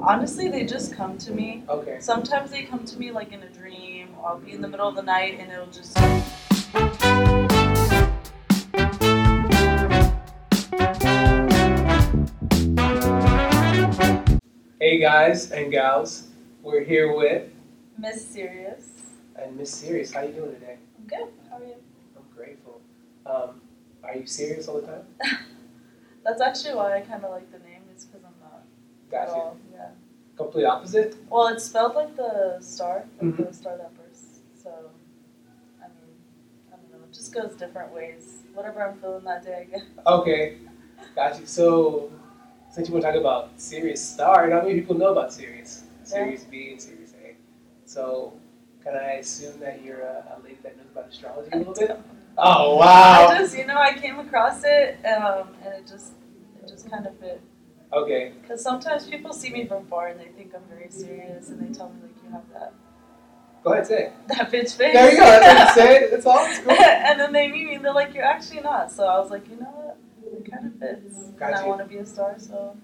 Honestly, they just come to me. Okay. Sometimes they come to me like in a dream. Or I'll be in the middle of the night and it'll just. Hey guys and gals, we're here with Miss Serious. and Miss Serious. How you doing today? I'm good. How are you? I'm grateful. Um, are you serious all the time? That's actually why I kind of like the name, is because I'm not. At Gotcha. all. Yeah. Complete opposite. Well, it's spelled like the star, like Mm-hmm. the star that bursts. So, I mean, I don't know. It just goes different ways. Whatever I'm feeling that day, I guess. Okay. Gotcha. So since you want to talk about Serious Star, not many people know about Serious. Serious B and Serious A. So can I assume that you're a, a lady that knows about astrology a little bit? Oh wow. I just, you know, I came across it, um, and it just, it just kind of fit. Okay. Because sometimes people see me from far and they think I'm very serious, and they tell me like, you have that, Go ahead, say it. that bitch face. There you go. That's what you said. That's all. It's cool. and then they meet me, and they're like, you're actually not. So I was like, you know what? It kind of fits. And I Gotcha. want to be a star, so.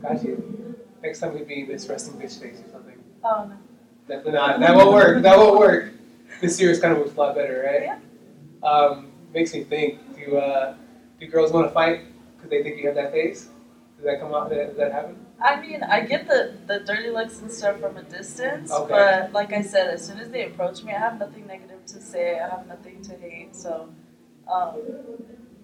Got you. Next time we'd be Miss Wrestling Bitch Face or something. Oh no. Definitely not. That won't work. That won't work. This series kind of works a lot better, right? Yeah. Um, makes me think. Do uh, do girls want to fight because they think you have that face? Does that come out? Does that happen? I mean, I get the, the dirty looks and stuff from a distance, Okay. but like I said, as soon as they approach me, I have nothing negative to say. I have nothing to hate. So, um,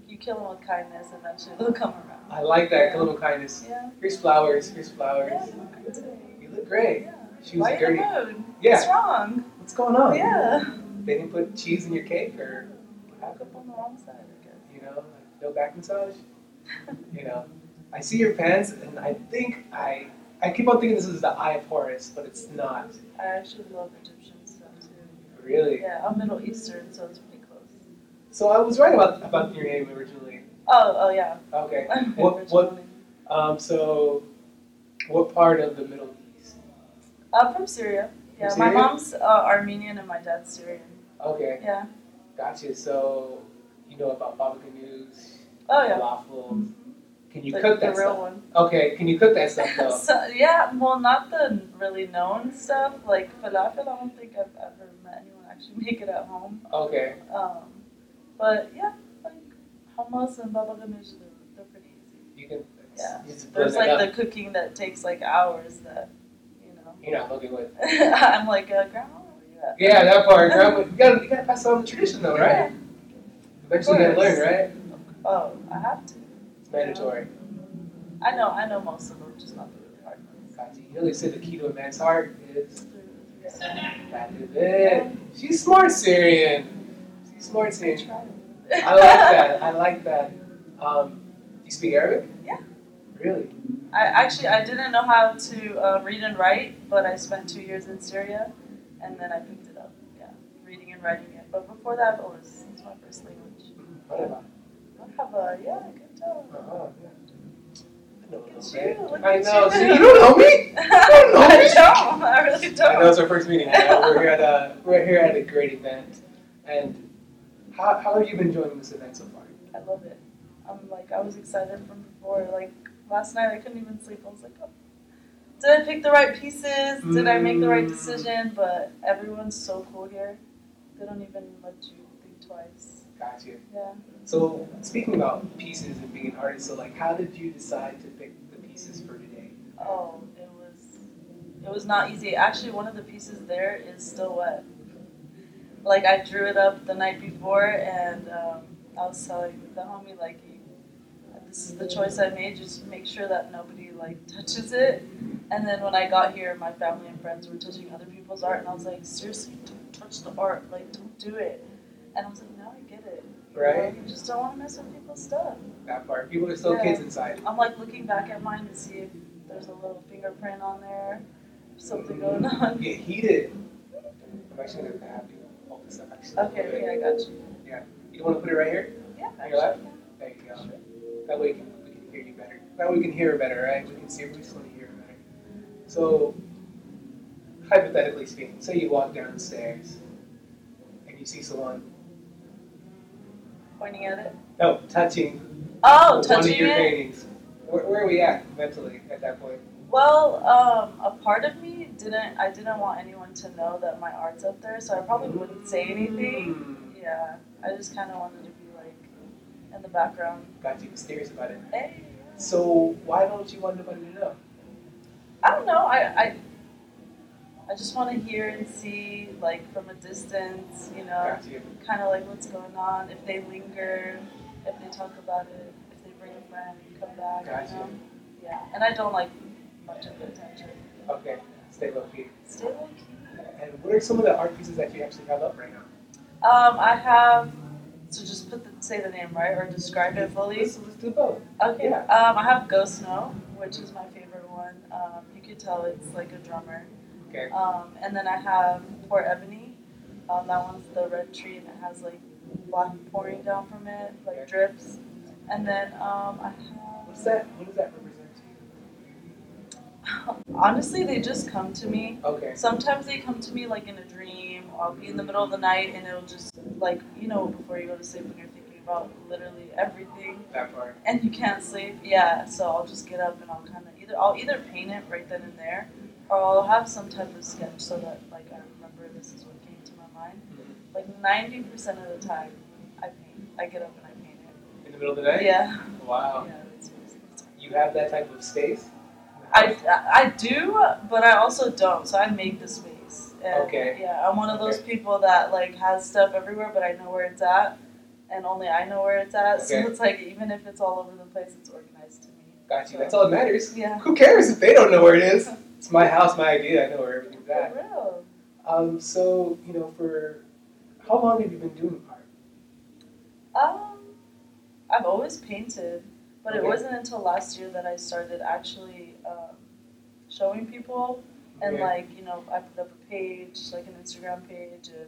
you kill them with kindness, eventually they'll come around. I like that. Little kindness. Yeah. Here's flowers. Here's flowers. Yeah. you look great today. You look great. Yeah. She was Why in dirty. the mood? Yeah. Oh. What's wrong? What's going on? Yeah. They didn't put cheese in your cake or what Woke happened? up on the wrong side, I guess. You know, like, no back massage. you know, I see your pants and I think I I keep on thinking this is the Eye of Horus, but it's not. I actually love Egyptian stuff too. Really? Yeah, I'm Middle Eastern, so it's pretty close. So I was right about about your name originally. Oh, oh yeah. Okay. What- what- Originally. Um. So, what part of the Middle East? I'm from Syria. Yeah, From my Syria? mom's uh, Armenian and my dad's Syrian. Okay. Yeah. Gotcha. So, you know about baba ganoush, Oh yeah. falafels. Can you the, cook the that real stuff? one. Okay. Can you cook that stuff though? so, yeah, well, not the really known stuff like falafel. I don't think I've ever met anyone actually make it at home. Okay. Um, but yeah, like hummus and baba ganoush, they're, they're pretty easy. You can. Yeah. You just blend There's that up. like the cooking that takes like hours that, you know. You're not looking with. I'm like, uh, grandma, where you at? Yeah, that part. Grandma, you gotta you gotta pass on the tradition though, right? Eventually, you gotta learn, course. right? Yeah. Oh, I have to. It's mandatory. I know, I know most of them, just not the really hard ones. Gotcha. You know they said the key to a man's heart is Yeah. That is it. She's smart Syrian. She's smart I Syrian. tried. I like that. I like that. Um, you speak Arabic? Yeah. Really? I actually I didn't know how to uh, read and write, but I spent two years in Syria, and then I picked it up. Yeah, reading and writing it. But before that, it was, it was my first language. Whatever. Merhaba, yeah, good job. Uh-huh. yeah. I know a Look little at bit. you. Look I at know. you. See, you don't know me. don't know I me. don't. I really I know don't. it's our first meeting. I know. We're here at a we're here at a great event, and how, how have you been enjoying this event so far? I love it. I'm like I was excited from before. Like last night, I couldn't even sleep. I was like, oh, did I pick the right pieces? Did I make the right Mm. decision? But everyone's so cool here. They don't even let you think twice. Gotcha. Yeah. So speaking about pieces and being an artist, so like, how did you decide to pick the pieces for today? Oh, it was it was not easy. Actually, one of the pieces there is still wet. Like I drew it up the night before, and um, I was telling the homie like, this is the choice I made. Just make sure that nobody like touches it. And then when I got here, my family and friends were touching other people's art, and I was like, seriously, don't touch the art. Like, don't do it. And I was like, now I get it. You know, Right. You just don't want to mess with people's stuff. That part. People are still Yeah. kids inside. I'm like looking back at mine to see if there's a little fingerprint on there, something going on. get heated. I'm actually gonna have you hold this up actually. a little Okay, bit. okay, I got you. You wanna put it right here? Yeah, On your left? actually, There you go. That way we can, we can hear you better. That way we can hear her better, right? We can see her, we just wanna hear her better. So hypothetically speaking, say you walk downstairs and you see someone pointing at it. no touching Oh, one of touching your it. paintings. Where, where are we at mentally at that point? Well, um, a part of me didn't. I didn't want anyone to know that my art's up there, so I probably wouldn't say anything. Mm, Yeah, I just kind of wanted to be like in the background. got you mysterious about it. Hey. So why don't you want nobody to know? I don't know. I I, I just want to hear and see like from a distance. You know, Got you. kind of like what's going on. If they linger, if they talk about it, if they bring a friend, come back. Gotcha. You know? Yeah, and I don't like much of the attention. Okay, stay low key. Stay low key. And what are some of the art pieces that you actually have up right now? Um, I have. So just put the, say the name right or describe it fully. Let's, let's do both. Okay. Yeah. Um, I have Ghost Snow, which is my favorite one. Um, you could tell it's like a drummer. Okay. Um, and then I have Poor Ebony. Um, that one's the red tree and it has like black pouring down from it, like drips. And then um, I What have. does that What does that represent to you? Honestly, they just come to me. Okay. Sometimes they come to me like in a dream. I'll be in the middle of the night and it'll just like you know before you go to sleep when you're thinking about literally everything That part. and you can't sleep. Yeah, so I'll just get up and I'll kind of either I'll either paint it right then and there, or I'll have some type of sketch so that like I remember this is what came to my mind. Mm-hmm. Like ninety percent of the time, I paint. I get up and I paint it. In the middle of the night. Yeah, Wow. yeah. It's, it's, You have that type of space. I, uh, I do, but I also don't. So I make the space. And, Okay. Yeah, I'm one of those people that like has stuff everywhere, but I know where it's at, and only I know where it's at. Okay. So it's like even if it's all over the place, it's organized to me. Got you. That's all that matters. Yeah. Who cares if they don't know where it is? It's my house, my idea. I know where everything's at. For real. Um, so you know, for how long have you been doing art? Um, I've always painted, but it Okay. wasn't until last year that I started actually um, showing people and Okay. like you know I put up a page like an Instagram page and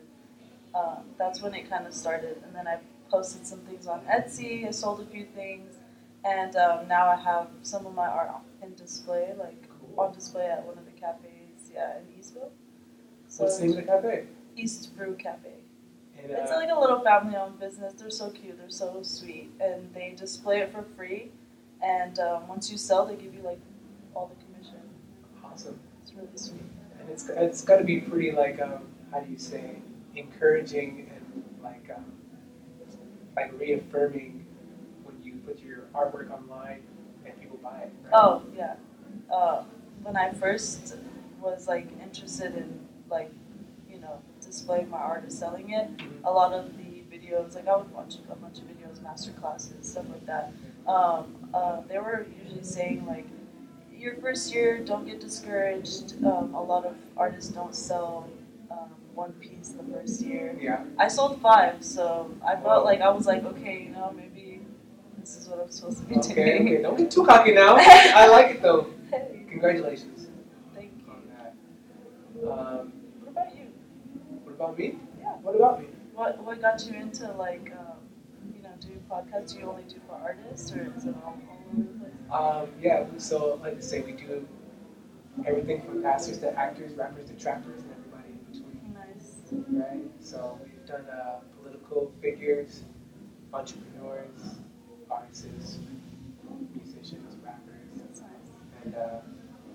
um, that's when it kind of started. And then I posted some things on Etsy. I sold a few things, and um, now I have some of my art on- in display, like Cool. on display at one of the cafes, yeah, in Eastville. So What's the name of the cafe? East Brew Cafe. And, It's uh, like a little family owned business. They're so cute. They're so sweet. And they display it for free. And um, once you sell, they give you like all the commission. awesome. It's really sweet. And it's it's got to be pretty like um, how do you say encouraging and like um, like reaffirming when you put your artwork online and people buy it. Right? Oh, yeah. Uh, when I first was like interested in like, you know, displaying my art or selling it, Mhm. a lot of the videos, like I would watch a bunch of videos, master classes, stuff like that. Um, uh, they were usually saying like, your first year, don't get discouraged. Um, a lot of artists don't sell um, one piece the first year. Yeah. I sold five, so I Wow. felt like I was like, okay, you know, maybe this is what I'm supposed to be Okay. doing. Okay. Don't get too cocky now. I like it though. Hey, Congratulations thank you. on that. Um, What about you? what about me? Yeah. What about me? What what got you into like um, you know doing podcasts? Do you only do for artists, or is it all, all over the place? Um, yeah, so like I say, we do everything from pastors to actors, rappers to trappers, and everybody in between, Nice. right? So we've done uh, political figures, entrepreneurs, artists, musicians, rappers, That's nice. and uh,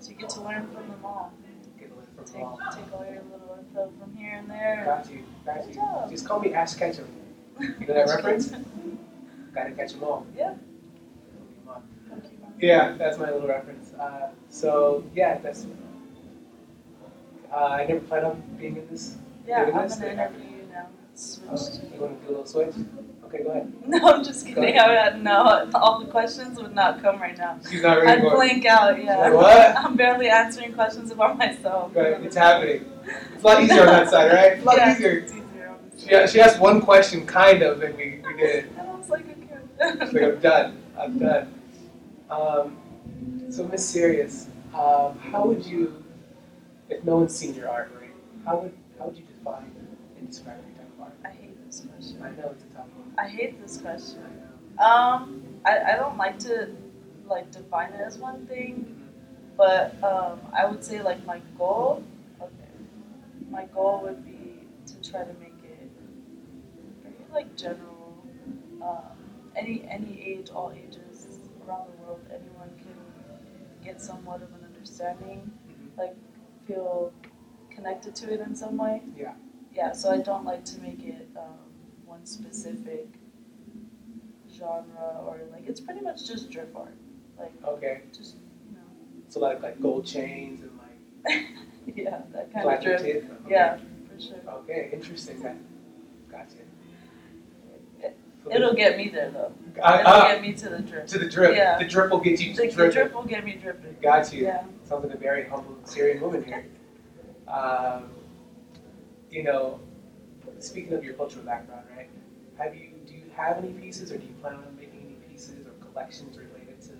So you get to learn from them all. get away from Take all. take all your little info from here and there. Got you, got Good you. job. Just call me Ash Ketchum. You know that reference? Gotta catch 'em all. Yeah. Come on. Yeah, that's my little reference. Uh, so yeah, that's. Uh, I never planned on being in this. Yeah, I'm Doing gonna this thing. interview you now. Uh, Switch. to- you want to do a little switch? Okay, go ahead. No, I'm just kidding. I would, no, all the questions would not come right now. She's not ready I'd for it. blank out. She's Yeah. like, what? I'm barely answering questions about myself. But it's happening. It's a lot easier on that side, right? It's a lot yeah, easier. It's easier. She, uh, she asked one question, kind of, and we, we did it. And I was like, She's okay. like, I'm done. I'm done. Um, so, Miss Serious, um, how would you, if no one's seen your art, right? How would how would you define and describe your type of art? I hate this question. I know it's a tough one. I hate this question. I know. Um, I, I don't like to like define it as one thing, but um, I would say like my goal. Okay, my goal would be to try to make it very like general. Um, any any age, all ages around the world, anyone can get somewhat of an understanding, Mhm. like feel connected to it in some way. Yeah. Yeah, so I don't like to make it um, one specific genre or like it's pretty much just drip art. Like Okay. just you So like like gold chains and like know Yeah, that kind of platinum drip. tip. Okay. Yeah, for sure. Okay. Interesting. Got- Gotcha. It- So It'll get me there though. the, Ah, It'll ah, get me to the drip. to the drip. Yeah. The drip will get you The, the dripping. drip will get me dripping. Got you. Yeah. Sounds like a very humble Syrian woman here. Um, you know, speaking of your cultural background, right? Have you do you have any pieces, or do you plan on making any pieces or collections related to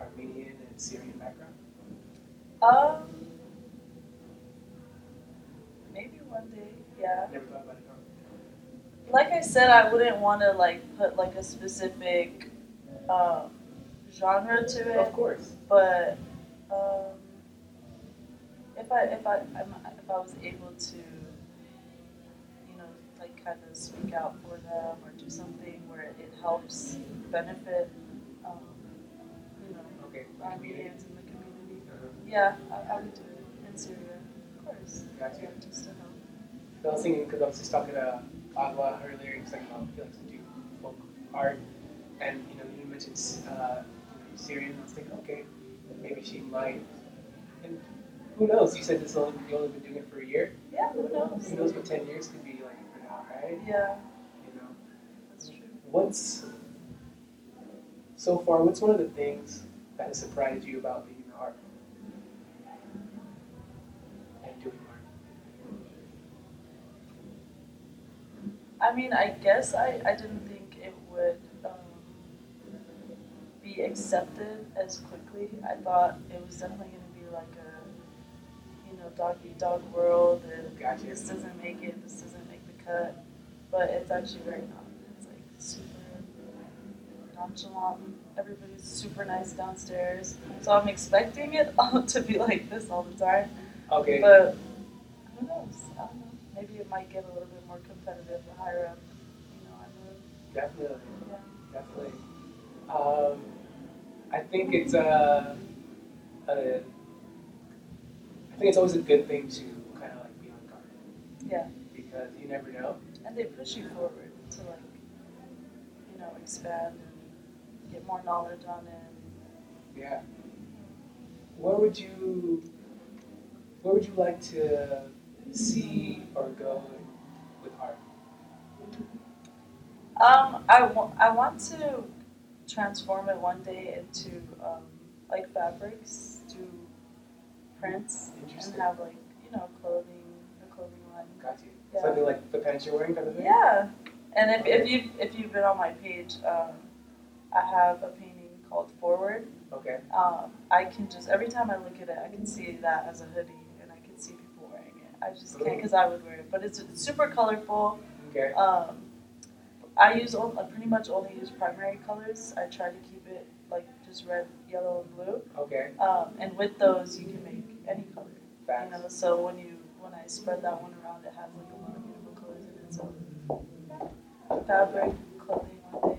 Armenian and Syrian background? Um, maybe one day, yeah. I've never thought about it. Like I said, I wouldn't want to like put like a specific um, genre to Of it, course. but um, if I if I I'm, if I was able to, you know, like kind of speak out for them or do something where it, helps benefit, um, you know, Okay. Community. Armenians in the community. Uh-huh. Yeah, I, I would do it in Syria, of course. Gotcha. Yeah, just to help. I was thinking because I was just talking to Agua earlier. He was talking about he likes to do folk art, and you know you mentioned uh, Syrian. I was thinking, okay, maybe she might. And who knows? You said this only you only been doing it for a year. Yeah, who Who knows? knows? What ten years could be like for now, right? Yeah, You know, that's true. what's so far? What's one of the things that has surprised you about being in the art and doing art? I mean, I guess I, I didn't think it would um, be accepted as quickly. I thought it was definitely going to be like a, you know, dog eat dog world and Gotcha. this doesn't make it, this doesn't make the cut. But it's actually very not. It's like super nonchalant. Everybody's super nice downstairs. So I'm expecting it all to be like this all the time. Okay. But who knows? I don't know. Maybe it might get a little bit more competitive the higher up, you know, I Definitely, Yeah. definitely. Um, I think it's uh, uh, I think it's always a good thing to kind of like be on guard live. Yeah. because you never know. And they push you forward to like, you know, expand and get more knowledge on it. Yeah. Where would you, where would you like to see or go with art? Um, I wa- I want to transform it one day into um, like fabrics, do prints, and Interesting. have like you know clothing, a clothing line. Got you. Yeah. Something like the pants you're wearing kind of thing. Yeah, and if, if you if you've been on my page, um, I have a painting called Forward. Okay. Um, I can just every time I look at it, I can see that as a hoodie, and I can see people wearing it. I just can't because I would wear it, but it's, it's super colorful. Okay. Um, I use on, I pretty much only use primary colors. I try to keep it like just red, yellow, and blue. Okay. Um, and with those, you can make any color. You Facts. know, so when you when I spread that one around, it has like a lot of beautiful colors in it. So yeah. fabric, clothing, one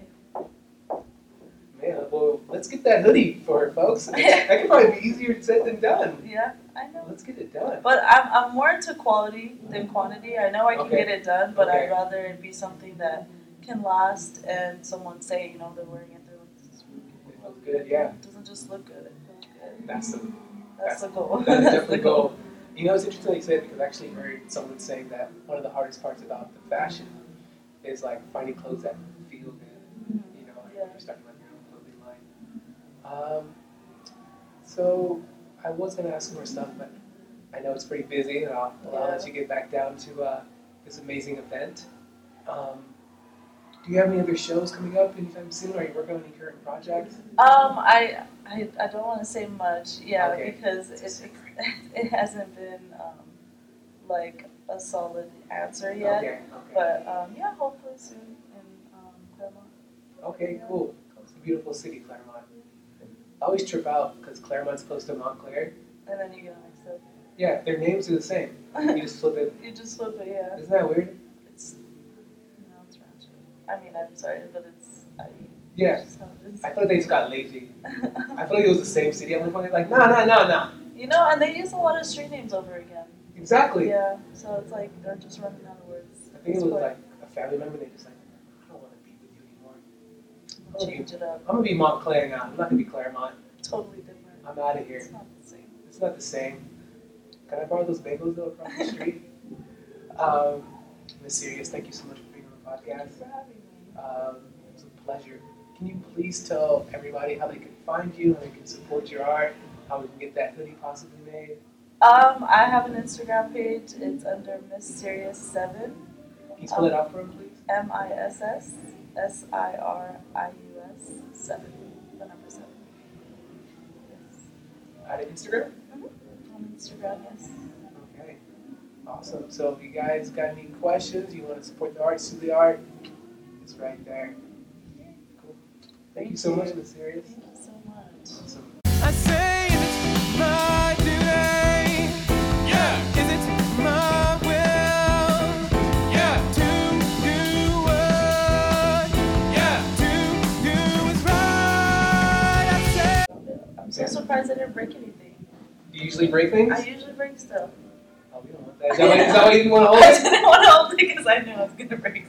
Man, well, let's get that hoodie for her, folks. That could probably be easier said than done. day. Yeah, I know. Let's get it done. But I'm, I'm more into quality than quantity. I know I can Okay. get it done, but Okay. I'd rather it be something that can last and someone say, you know, they're wearing it, they're like, this is really It feels good, yeah. good. It doesn't just look good, it feels good. That's the That's the goal. that is That's definitely the goal. You know, it's interesting that you said because I actually heard someone saying that one of the hardest parts about the fashion is like finding clothes that feel good. Mhm. You know, like Yeah. you're starting like your own clothing line. Um, so I was gonna ask more stuff, but I know it's pretty busy, and I'll, I'll let you get back down to uh, this amazing event. Um, do you have any other shows coming up anytime soon? Are you working on any current projects? Um, I, I, I don't want to say much, yeah, Okay. because it, it hasn't been um, like a solid answer yet. Okay. Okay. But um, yeah, hopefully soon in um, Claremont. Okay. Cool. It's a beautiful city, Claremont. I always trip out because Claremont's close to Montclair. And then you get mixed up. Yeah, their names are the same. You just flip it. you just flip it, yeah. Isn't that weird? It's, you know, it's ratchet. I mean, I'm sorry, but it's, I, Yeah. So I thought they just got lazy. it's- I feel like it was the same city. I'm like, like, nah, nah, nah, nah. you know, and they use a lot of street names over again. Exactly. Yeah, so it's like they're just running out of words. I think it was like a family member. They just like, I don't want to be with you anymore. change it up. I'm gonna be Montclair now. I'm not gonna be Claremont. Totally different. I'm out of here. It's not the same. It's not the same. Can I borrow those bagels though across the street? um, Miss Sirius, thank you so much for being on the podcast. Thanks for having me. Um, it was a pleasure. Can you please tell everybody how they can find you, how they can support your art, how we can get that hoodie possibly made? Um, I have an Instagram page. It's under Miss Sirius Seven. Can you spell it out for them, please? M I S S S I R I U S seven. The number seven. Yes. Out of Instagram? On Instagram, yes. Okay. Awesome. So if you guys got any questions, you want to support the arts through the art, it's right there. Cool. Thank you so much, Miss Sirius. Thank you so much. Awesome. I say it's my duty. Yeah. Is it my will? Yeah. To do what? Yeah. To do what's right. I say. I'm so surprised I didn't break anything. Do you usually break things? I usually break stuff. Oh, we don't want that. Is that why- is that why you want to hold I it? didn't want to hold it because I knew I was gonna break